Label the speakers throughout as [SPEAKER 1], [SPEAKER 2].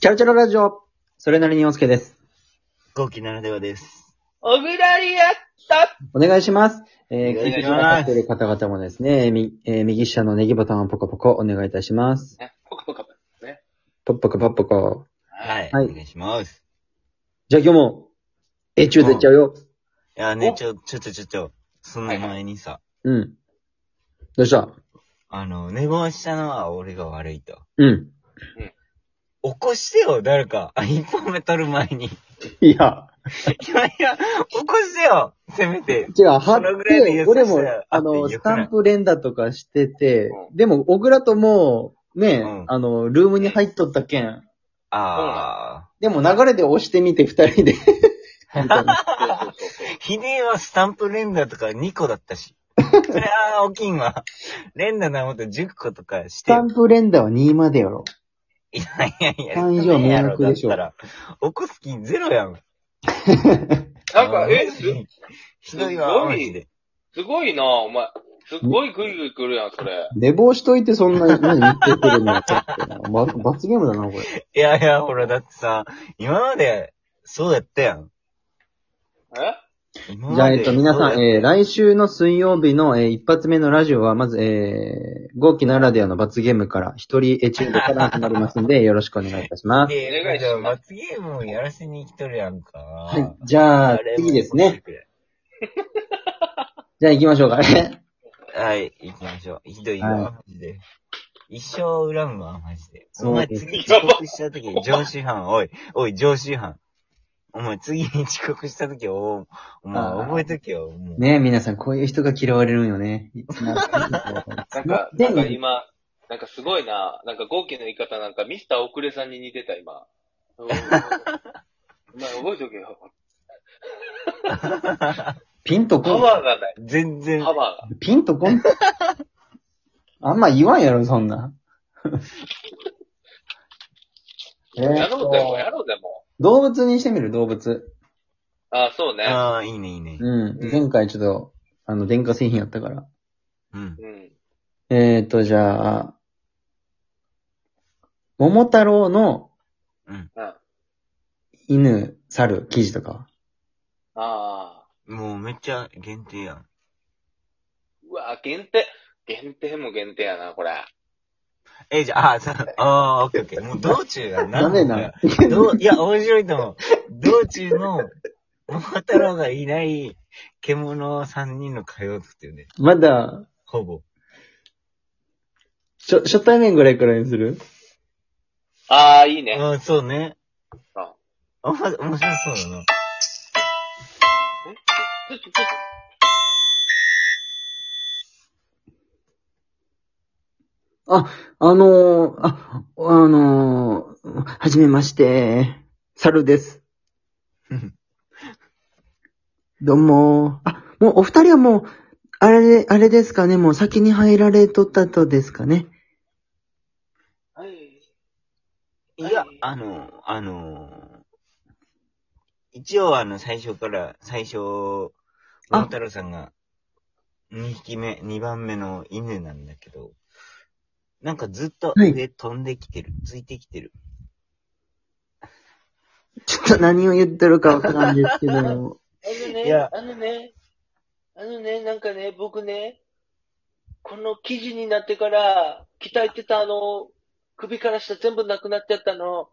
[SPEAKER 1] チャルチャルラジオそれなりにおすけです。
[SPEAKER 2] 後期ならではです。
[SPEAKER 3] 小倉りやった
[SPEAKER 1] お願いします。えー、
[SPEAKER 2] お
[SPEAKER 1] 聞
[SPEAKER 2] 願
[SPEAKER 1] い
[SPEAKER 2] い
[SPEAKER 1] て
[SPEAKER 2] し
[SPEAKER 1] く
[SPEAKER 2] ます
[SPEAKER 1] ださっている方々もですね、みえー右下のネギボタンをポコポコお願いいたします。
[SPEAKER 3] ね、ポカポカね。
[SPEAKER 1] ポッポコポッポコ。
[SPEAKER 2] はい。
[SPEAKER 1] はい
[SPEAKER 2] お願いします。
[SPEAKER 1] じゃあ今日も、え中でいっちゃうよ。
[SPEAKER 2] いやね
[SPEAKER 3] お、
[SPEAKER 2] ちょ、ちょ、ちょ、ちょ、ちょ、その前にさ、
[SPEAKER 1] うん。どうした
[SPEAKER 2] あの、寝坊したのは俺が悪いと。
[SPEAKER 1] うん。
[SPEAKER 2] 起こしてよ、誰か。あ、一本目取る前 に。い
[SPEAKER 1] いや、
[SPEAKER 2] やいや、起こしてよせめて。
[SPEAKER 1] 違う、は
[SPEAKER 2] の
[SPEAKER 1] っ
[SPEAKER 2] ぐらいの
[SPEAKER 1] て
[SPEAKER 2] 優、しさ
[SPEAKER 1] 俺も
[SPEAKER 2] あって、
[SPEAKER 1] あの、
[SPEAKER 2] よ
[SPEAKER 1] ス
[SPEAKER 2] くない
[SPEAKER 1] タンプ連打とかしてて、
[SPEAKER 3] う
[SPEAKER 1] でも、小倉ともう、ね、
[SPEAKER 2] うん
[SPEAKER 1] あの、ルームに入っとったけん。
[SPEAKER 2] あ
[SPEAKER 1] でも流れで押してみて、二 人で。みたいな
[SPEAKER 3] そうそうそう
[SPEAKER 2] ー。ひでえはスタンプ連打とか2個だったし。 それは、起きんわ。連打なもと10個とかし
[SPEAKER 1] ス
[SPEAKER 2] て
[SPEAKER 1] タ
[SPEAKER 2] よ。
[SPEAKER 1] ンプ連打は2までやろ。
[SPEAKER 2] いやいやいや。
[SPEAKER 1] 単位以上
[SPEAKER 2] そんなんやろ
[SPEAKER 1] 迷惑でしょ
[SPEAKER 2] だったら、起こす気ゼロやん。
[SPEAKER 3] そう。なんか、え、す、
[SPEAKER 2] ひどいわ、マジで。
[SPEAKER 3] すごいなお前。すごいグイグイ来るやん、それ。
[SPEAKER 1] 寝坊しといてそんな に言ってくるのはちょっとな、ば罰ゲームだな、これ。
[SPEAKER 2] いやいや、ほら、だってさ、今まで、そうやったやん。
[SPEAKER 3] え
[SPEAKER 2] 今まで
[SPEAKER 1] じゃあ、えっと、皆さん、
[SPEAKER 2] え
[SPEAKER 1] えー、来週の水曜日の、えー、一発目のラジオは、まず、えー、号機ならではの罰ゲームから、一人、えー、チームから始まります んで、よろしくお願いいたします。
[SPEAKER 2] で、
[SPEAKER 3] お願いし
[SPEAKER 2] じ
[SPEAKER 3] ます
[SPEAKER 2] ゃあ罰ゲームをやらせに来とるやんか。は
[SPEAKER 1] はい。じゃあ、次ですね。。じゃあ行きましょうか。
[SPEAKER 2] はい、行きましょう。ひどい
[SPEAKER 1] はい
[SPEAKER 2] わ、マジで。一生恨むわ、マジで。
[SPEAKER 1] そう
[SPEAKER 2] お前、次遅刻した時、上司犯、おい、おい、上司犯。お前、次に遅刻した時、お、お前、
[SPEAKER 1] あー
[SPEAKER 2] 覚えとけよ、もう。
[SPEAKER 1] ねえ、皆さん、こういう人が嫌われるんよね。
[SPEAKER 3] なんか、なんか今、なんかすごいななんか、豪気の言い方なんか、ミスターオクレさんに似てた、 今。うんお前覚えとけよ。
[SPEAKER 1] ピンと
[SPEAKER 3] パ
[SPEAKER 1] こん。
[SPEAKER 3] ワーがない。
[SPEAKER 2] 全然
[SPEAKER 3] パ、ワーが。
[SPEAKER 1] ピンとこん。あんま言わんやろ、そん な。えーっと
[SPEAKER 3] やろうぜ、もう、やろうぜ、も
[SPEAKER 1] 動物にしてみる、動物。
[SPEAKER 3] う。あ、そうね。
[SPEAKER 2] ああ、いいね、いいね。
[SPEAKER 1] うん。
[SPEAKER 3] うん
[SPEAKER 1] 前回ちょっと、あの、電化製品やったから。
[SPEAKER 2] うん。
[SPEAKER 3] うん。
[SPEAKER 1] えーっと、じゃあ、桃太郎の
[SPEAKER 2] うん。
[SPEAKER 3] うん。あ
[SPEAKER 1] 犬、猿、記事とか。
[SPEAKER 3] あ
[SPEAKER 2] もう、めっちゃ限定やん。
[SPEAKER 3] ー。うわ限定。限定も限定やな、これ。
[SPEAKER 2] え、じゃあ、あ、さ、あー、オッケーオッケー。もう道中が
[SPEAKER 1] ダメな。
[SPEAKER 2] どういや、面白いと思う。道中の、桃太郎がいない、獣三人の会話を作ってるね。
[SPEAKER 1] まだ、
[SPEAKER 2] ほぼ。
[SPEAKER 1] しょ、初対面ぐらいからいにする
[SPEAKER 3] ああ、いいね。
[SPEAKER 2] うん、そうね。
[SPEAKER 3] あ
[SPEAKER 2] おも、面白そうだな。
[SPEAKER 3] ちょっと、ちょっと。
[SPEAKER 1] あのー、あ、あのー、はじめまして、猿です。 どうもあ、もうお二人はもう、あれで、あれですかね、もう先に入られとったとですかね。
[SPEAKER 3] はい。
[SPEAKER 2] いや、あの、あの、一応あの、最初から、最初、桃太郎さんが、2匹目、2番目の犬なんだけど、なんかずっと
[SPEAKER 1] はい
[SPEAKER 2] 上飛んできてる、ついてきてる。
[SPEAKER 1] ちょっと何を言ってるかわからんですけ ど、
[SPEAKER 3] あの
[SPEAKER 2] い
[SPEAKER 3] ね、
[SPEAKER 2] や
[SPEAKER 3] あのね、あのね、なんかね、僕ね、この記事になってから、鍛えてたあの、首から下全部なくなっちゃったの。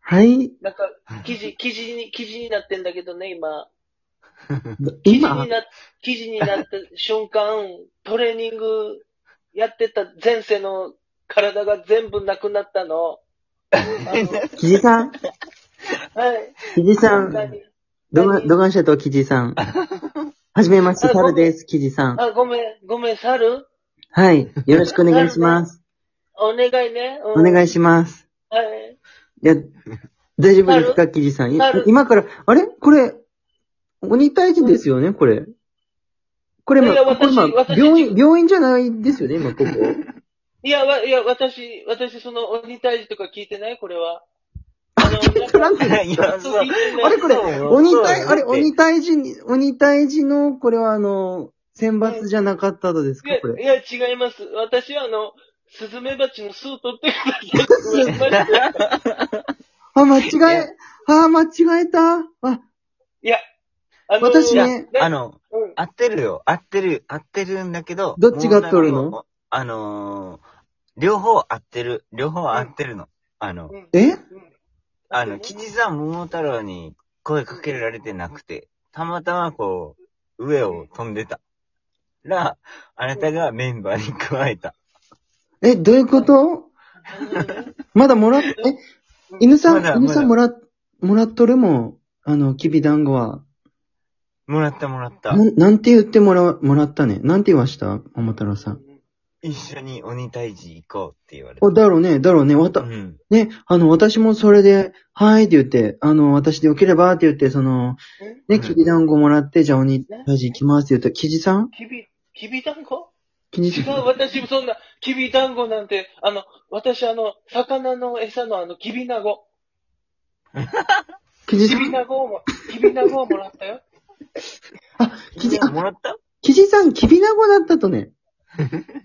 [SPEAKER 1] はい
[SPEAKER 3] なんか、記事、記事に、記事になってんだけどね、今。記事
[SPEAKER 1] 今
[SPEAKER 3] に、な、記事になった瞬間、トレーニングやってた前世の体が全部なくなったの。あ
[SPEAKER 1] キジさん
[SPEAKER 3] のはい。
[SPEAKER 1] キジさん
[SPEAKER 3] 瞬間に
[SPEAKER 1] どが、どがんしゃとキジ さん。はじめまして、
[SPEAKER 3] あごめ
[SPEAKER 1] 猿
[SPEAKER 3] ん
[SPEAKER 1] です、キジさん。
[SPEAKER 3] あ、ごめん、ごめん、猿
[SPEAKER 1] はい。よろしくお願いします。
[SPEAKER 3] お願いね。
[SPEAKER 1] お願い
[SPEAKER 3] し
[SPEAKER 1] します。
[SPEAKER 3] はい。
[SPEAKER 1] いや、大丈夫ですか、キジさん。い
[SPEAKER 3] なる
[SPEAKER 1] 今から、あれこれ、鬼退治ですよね、これ。これ、ま
[SPEAKER 3] いやいや
[SPEAKER 1] これ今
[SPEAKER 3] 私私
[SPEAKER 1] 病院、病院じゃないですよね、今、ここ。
[SPEAKER 3] いや、わ、いや、私、私、その、鬼退治とか聞いてないこれは。あの、なん
[SPEAKER 1] トラ
[SPEAKER 3] か
[SPEAKER 1] ンプ
[SPEAKER 2] いや、
[SPEAKER 3] そう
[SPEAKER 2] そう
[SPEAKER 3] 聞い。てな い
[SPEAKER 1] あれこれ、
[SPEAKER 2] そうよ
[SPEAKER 1] 鬼
[SPEAKER 2] そう
[SPEAKER 1] 退
[SPEAKER 2] よ
[SPEAKER 1] 治、あれ、
[SPEAKER 2] だって
[SPEAKER 1] 鬼退治に、鬼退治の、これはあの、選抜じゃなかったのです
[SPEAKER 3] い
[SPEAKER 1] か、これ。
[SPEAKER 3] や、いや、違います。私は、あの、スズメバチの巣取ってください。
[SPEAKER 1] あ、間違え、ああ、間違えた。あ、
[SPEAKER 3] いや、あ のー
[SPEAKER 1] 私ね
[SPEAKER 2] いやあの、
[SPEAKER 3] うん
[SPEAKER 2] 合ってるよ。合ってる、合ってるんだけど。
[SPEAKER 1] どっちが合っとるの
[SPEAKER 2] 問題はあのー、両方合ってる。両方合ってるの。あの、
[SPEAKER 3] うん
[SPEAKER 1] え
[SPEAKER 3] うん
[SPEAKER 2] あの、吉さん桃太郎に声かけられてなくて、たまたまこう、上を飛んでた。ら、あなたがメンバーに加えた。
[SPEAKER 1] え、どういうことまだもらっ、え、犬さ
[SPEAKER 2] まだ
[SPEAKER 1] ん、犬さんも
[SPEAKER 2] ま
[SPEAKER 1] らっ、もらっとるもん。あの、きび団子は。
[SPEAKER 2] もらったもらった
[SPEAKER 1] な。んなんて言ってもらう、もらったね。なんて言わした桃太郎さん。
[SPEAKER 2] 一緒に鬼退治行こうって言われた
[SPEAKER 1] お、。だろうね、だろうね。わた
[SPEAKER 2] う、ん。
[SPEAKER 1] ね、あの、私もそれで、はいって言って、あの、私でよければって言って、その、
[SPEAKER 2] う
[SPEAKER 1] ね、
[SPEAKER 2] ん
[SPEAKER 1] きび団子もらって、じゃあ鬼退治行きますって言って、きじさん
[SPEAKER 3] きび、きびだんご
[SPEAKER 1] きじ
[SPEAKER 3] 違
[SPEAKER 1] さ
[SPEAKER 3] う、
[SPEAKER 1] ん。
[SPEAKER 3] 私もそんな、きびだんごなんて、あの、私あの、魚の餌のあの、きびなご。
[SPEAKER 1] きじさ
[SPEAKER 3] きび
[SPEAKER 1] ん
[SPEAKER 3] なごをも、きびなごをもらったよ。
[SPEAKER 1] あ、きじ、あ、
[SPEAKER 2] もらった
[SPEAKER 1] きじさん、きび団子だったとね。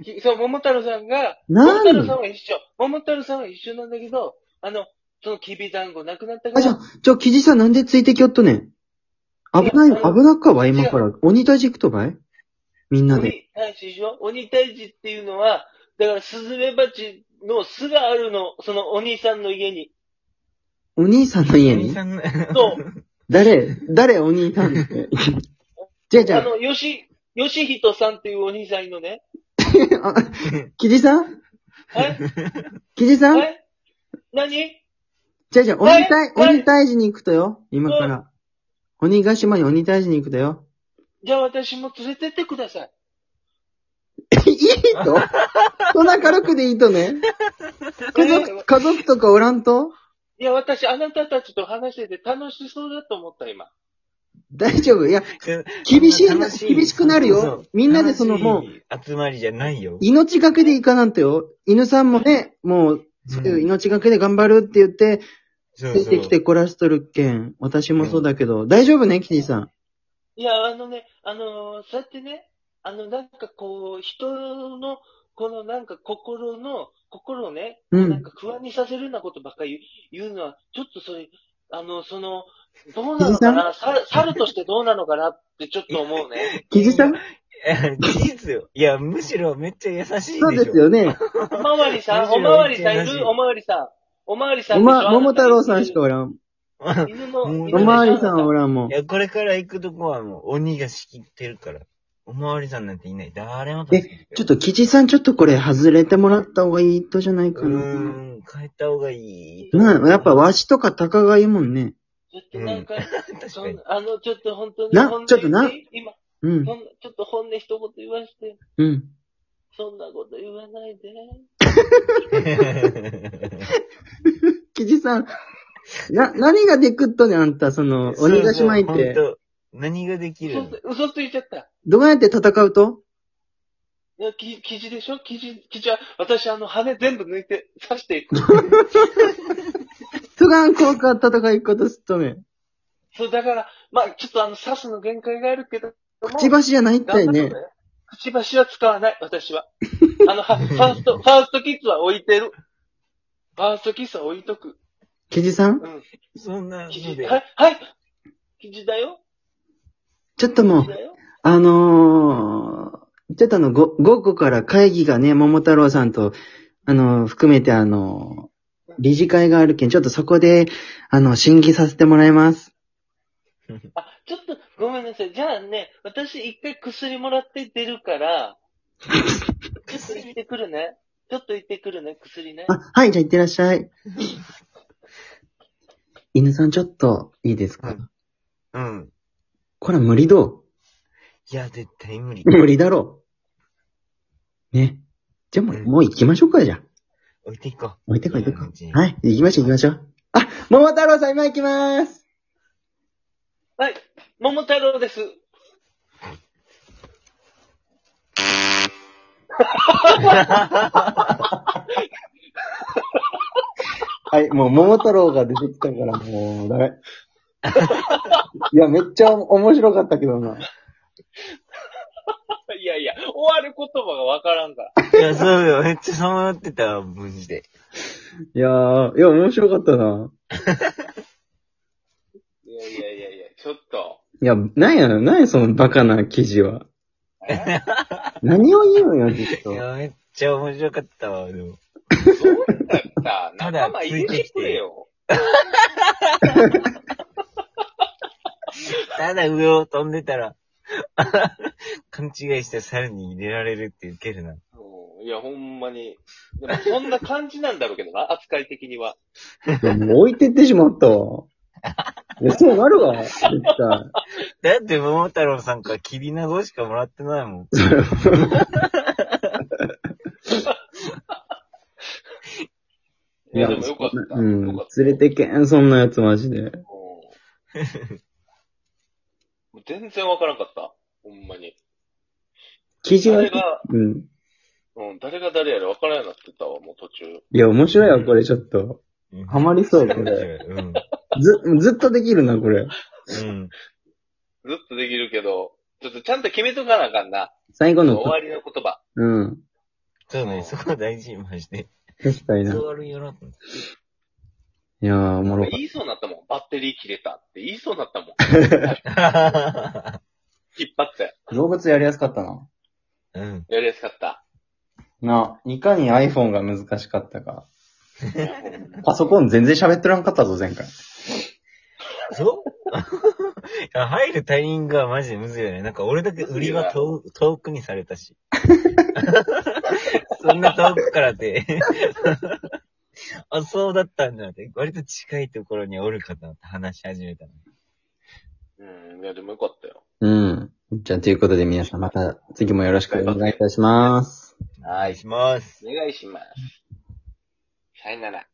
[SPEAKER 3] きそう、桃太郎さんが、桃
[SPEAKER 1] な
[SPEAKER 3] 太郎
[SPEAKER 1] ん
[SPEAKER 3] さんは一緒。桃太郎さんは一緒なんだけど、あの、そのきびだんごなくなった
[SPEAKER 1] あ、
[SPEAKER 3] か
[SPEAKER 1] じゃ
[SPEAKER 3] ら
[SPEAKER 1] あ、、じゃあ、キジさんなんでついてきよっとねん危ない、
[SPEAKER 3] いやあの
[SPEAKER 1] 危なっかばい今から。鬼退治行くとばいみんなで。
[SPEAKER 3] 鬼退治でしょ鬼退治っていうのは、だから、スズメバチの巣があるの、そのお兄さんの家に。
[SPEAKER 1] お兄さんの家
[SPEAKER 2] 鬼
[SPEAKER 1] に
[SPEAKER 2] さんの。
[SPEAKER 3] そう。
[SPEAKER 1] 誰誰お兄さんって。じゃあじ
[SPEAKER 3] あ
[SPEAKER 1] ゃ
[SPEAKER 3] の、よし、よしひとさんっていうお兄さんいるのね。
[SPEAKER 1] あ、あキジさん
[SPEAKER 3] え
[SPEAKER 1] キジさん
[SPEAKER 3] え何
[SPEAKER 1] じゃあじゃあ、鬼退
[SPEAKER 3] はい、はい
[SPEAKER 1] 鬼退治に行くとよ。今から。鬼ヶ島に鬼退治に行くとよ。
[SPEAKER 3] じゃあ私も連れてってください。
[SPEAKER 1] いいとそんな軽くでいいとね。家族、家族とかおらんと
[SPEAKER 3] いや、私、あなたたちと話してて楽しそうだと思った、今。
[SPEAKER 1] 大丈夫いや、 厳しいな、
[SPEAKER 2] 楽しい
[SPEAKER 1] 厳しくなる
[SPEAKER 2] そうそ
[SPEAKER 1] よ
[SPEAKER 2] う。
[SPEAKER 1] みんなでそのもう
[SPEAKER 2] 楽、しい集まりじゃないよ。
[SPEAKER 1] 命がけでいかなんとよ。犬さんもね、もう、そういう命がけで頑張るって言って、
[SPEAKER 2] そう
[SPEAKER 1] 出て きてこらしとるけん。私もそうだけど、大丈夫ね、キジさん。
[SPEAKER 3] いや、あのね、あのーそうやってね、あの、なんかこう、人の、このなんか心の、心をね、
[SPEAKER 1] うん
[SPEAKER 3] なんか不安にさせるようなことばっかり言う言うのは、ちょっとそれ、あの、その、どうなのかな猿猿としてどうなのかなってちょっと思う ね。
[SPEAKER 1] キジさん
[SPEAKER 2] え事実よ。いや、むしろめっちゃ優しいでしょ。
[SPEAKER 1] そうですよね。
[SPEAKER 3] おまわりさん、おまわりさんいるおまわりさん。おまわりさん
[SPEAKER 1] お
[SPEAKER 3] でしょ
[SPEAKER 1] ま、桃太郎さんしかおらん。
[SPEAKER 3] 犬の、
[SPEAKER 2] うん
[SPEAKER 3] 犬
[SPEAKER 1] お
[SPEAKER 3] の
[SPEAKER 1] まわりさんはおらんもん
[SPEAKER 2] い。や、これから行くとこはもう鬼が仕切ってるから。おまわりさんなんていない。誰も助けてくれない
[SPEAKER 1] ちょっとキジさんちょっとこれ外れてもらった方がいいとじゃないか
[SPEAKER 2] う
[SPEAKER 1] な。
[SPEAKER 2] ーん、変えた方がいい。
[SPEAKER 1] なあ、やっぱわしとか鷹がいいもんね。
[SPEAKER 3] ちょっとなんか、
[SPEAKER 2] 確
[SPEAKER 3] そ
[SPEAKER 2] か
[SPEAKER 3] ん
[SPEAKER 2] に。
[SPEAKER 3] あの、ちょっと本当に。
[SPEAKER 1] な
[SPEAKER 3] 本音
[SPEAKER 1] ちょっとな
[SPEAKER 3] 言て今、
[SPEAKER 1] うん、
[SPEAKER 3] ほんちょっと本音一言言わして、
[SPEAKER 1] うん。
[SPEAKER 3] そんなこと言わないで。
[SPEAKER 1] キジさん、な、何がでくっとね、あんた、その、 鬼ヶ島行っ
[SPEAKER 2] そう
[SPEAKER 1] て。
[SPEAKER 2] そう。本当何ができる
[SPEAKER 3] 嘘
[SPEAKER 2] の
[SPEAKER 3] つ、嘘ついちゃった。
[SPEAKER 1] どうやって戦うと
[SPEAKER 3] いや、き、生地でしょ生地、生地は、私あの、羽全部抜いて、刺して いく。
[SPEAKER 1] トガン効果戦い方すっとね。
[SPEAKER 3] そう、だから、まあちょっとあの、刺すの限界があるけども、
[SPEAKER 1] くちばしじゃないったい
[SPEAKER 3] 頑張ろう
[SPEAKER 1] ね
[SPEAKER 3] ね。。くちばしは使わない、私は。あの、はファースト、ファーストキッズは置いてる。ファーストキッズは置いとく。
[SPEAKER 1] キジさん
[SPEAKER 3] うん。
[SPEAKER 2] そんなの
[SPEAKER 3] 生地、
[SPEAKER 2] で。
[SPEAKER 3] はい、はい生地だよ
[SPEAKER 1] ちょっとも
[SPEAKER 3] 生
[SPEAKER 1] う
[SPEAKER 3] 地、だよ
[SPEAKER 1] あのー、ちょっとあの、ご午後から会議がね、桃太郎さんと、あのー、含めてあのー、理事会があるけん、ちょっとそこで、あの、審議させてもらいます。
[SPEAKER 3] あ、ちょっと、ごめんなさい。じゃあね、私一回薬もらって出る から、ちょっと行ってくるね。ちょっと行ってくるね、薬ね。
[SPEAKER 1] あ、はい、じゃあ行ってらっしゃい。犬さん、ちょっと、いいですか、
[SPEAKER 2] うんうん。
[SPEAKER 1] これは無理ど
[SPEAKER 2] いや、絶対無理
[SPEAKER 1] う。無理だろう。ね。じゃあもう、
[SPEAKER 2] うん
[SPEAKER 1] もう行きましょうか、じゃあ。
[SPEAKER 2] 置いていこう。
[SPEAKER 1] 置いてこい、置いてこ
[SPEAKER 2] う
[SPEAKER 1] い。
[SPEAKER 2] ん
[SPEAKER 1] はい、行きましょう、行きましょう。あ、桃太郎さん、今行きまーす。
[SPEAKER 3] はい、桃太郎です。
[SPEAKER 1] はい、もう桃太郎が出てきたからもう、ダメ。いや、めっちゃ面白かったけどな。
[SPEAKER 3] いや、やいや、終わる言葉がわからんから。
[SPEAKER 2] いや、そうよ。めっちゃさまよってた、マジで。
[SPEAKER 1] いやー、いや、面白かったな。
[SPEAKER 3] いやいやいやいや、ちょっと。
[SPEAKER 1] いや、なんやろ、なんやそのバカな記事は。
[SPEAKER 3] え
[SPEAKER 1] 何を言うんよ、ずっ
[SPEAKER 2] い
[SPEAKER 1] と。
[SPEAKER 2] や、めっちゃ面白かったわ、でも。
[SPEAKER 3] そうだった。
[SPEAKER 2] ただ
[SPEAKER 3] 仲間入れてくれよ。
[SPEAKER 2] ただ上を飛んでたら、 勘違いして猿に入れられるってウケるな。
[SPEAKER 3] うんいや、ほんまに。でも、そんな感じなんだろうけどな、 扱い的には。
[SPEAKER 1] いやもう置いてってしまったわ。いや、そうなるわ、絶対。
[SPEAKER 2] だって桃太郎さんからキビナゴしかもらってないもん。
[SPEAKER 3] いや、でもよかった。
[SPEAKER 1] うん
[SPEAKER 3] よかっ。た。
[SPEAKER 1] 連れてけん、そんなやつマジで。
[SPEAKER 3] うんもう全然わからんかった。ほんまに。
[SPEAKER 1] 記事は
[SPEAKER 3] 誰、が、
[SPEAKER 1] うん。
[SPEAKER 3] うん、誰が誰やらわからんようになってたわ、もう途中。
[SPEAKER 1] いや、面白いわ、これちょっと。ハマりそうや、こ
[SPEAKER 2] 面白
[SPEAKER 1] れ。
[SPEAKER 2] いうん。
[SPEAKER 1] ず、ずっとできるな、これ。
[SPEAKER 2] うん。
[SPEAKER 3] ずっとできるけど、ちょっとちゃんと決めとかなあかんな。
[SPEAKER 1] 最後
[SPEAKER 3] 終
[SPEAKER 1] の、
[SPEAKER 3] わりの言葉。
[SPEAKER 1] うん。
[SPEAKER 2] そうね、そこ大事、マジで。
[SPEAKER 1] 確かにな。い
[SPEAKER 2] そうあるよな。
[SPEAKER 1] やー、おもろかっ
[SPEAKER 3] 言いそうになったもん。バッテリー切れたって言いそうになったもん。引っ張って。
[SPEAKER 1] た。動物やりやすかったな。
[SPEAKER 2] うん。
[SPEAKER 3] やりやすか った。
[SPEAKER 1] な、いかに iPhone が難しかったか。パソコン全然喋ってらんかったぞ、前回。
[SPEAKER 2] そういや 入るタイミングはマジでむずいよね。なんか俺だけ売りは遠遠くにされたし。 そんな遠くからで。 あ、そうだったんだって。割と近いところにおるかと思って話し始めたの。
[SPEAKER 3] うん、いや、でもよかったよ。
[SPEAKER 1] うん。じゃあ、ということで皆さんまた次もよろしくお願いいたします。
[SPEAKER 2] はい、します。
[SPEAKER 3] お願いします。さよなら。